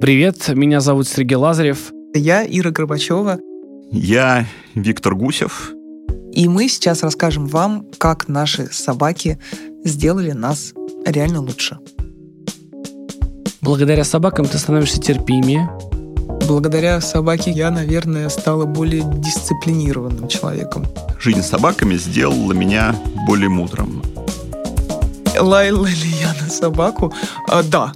Привет, меня зовут Сергей Лазарев. Я Ира Горбачева, Я Виктор Гусев. и мы сейчас расскажем вам, как наши собаки сделали нас реально лучше. Благодаря собакам ты становишься терпимее. Благодаря собаке я, наверное, стала более дисциплинированным человеком. Жизнь с собаками сделала меня более мудрым. Лаяла ли я на собаку? А, да,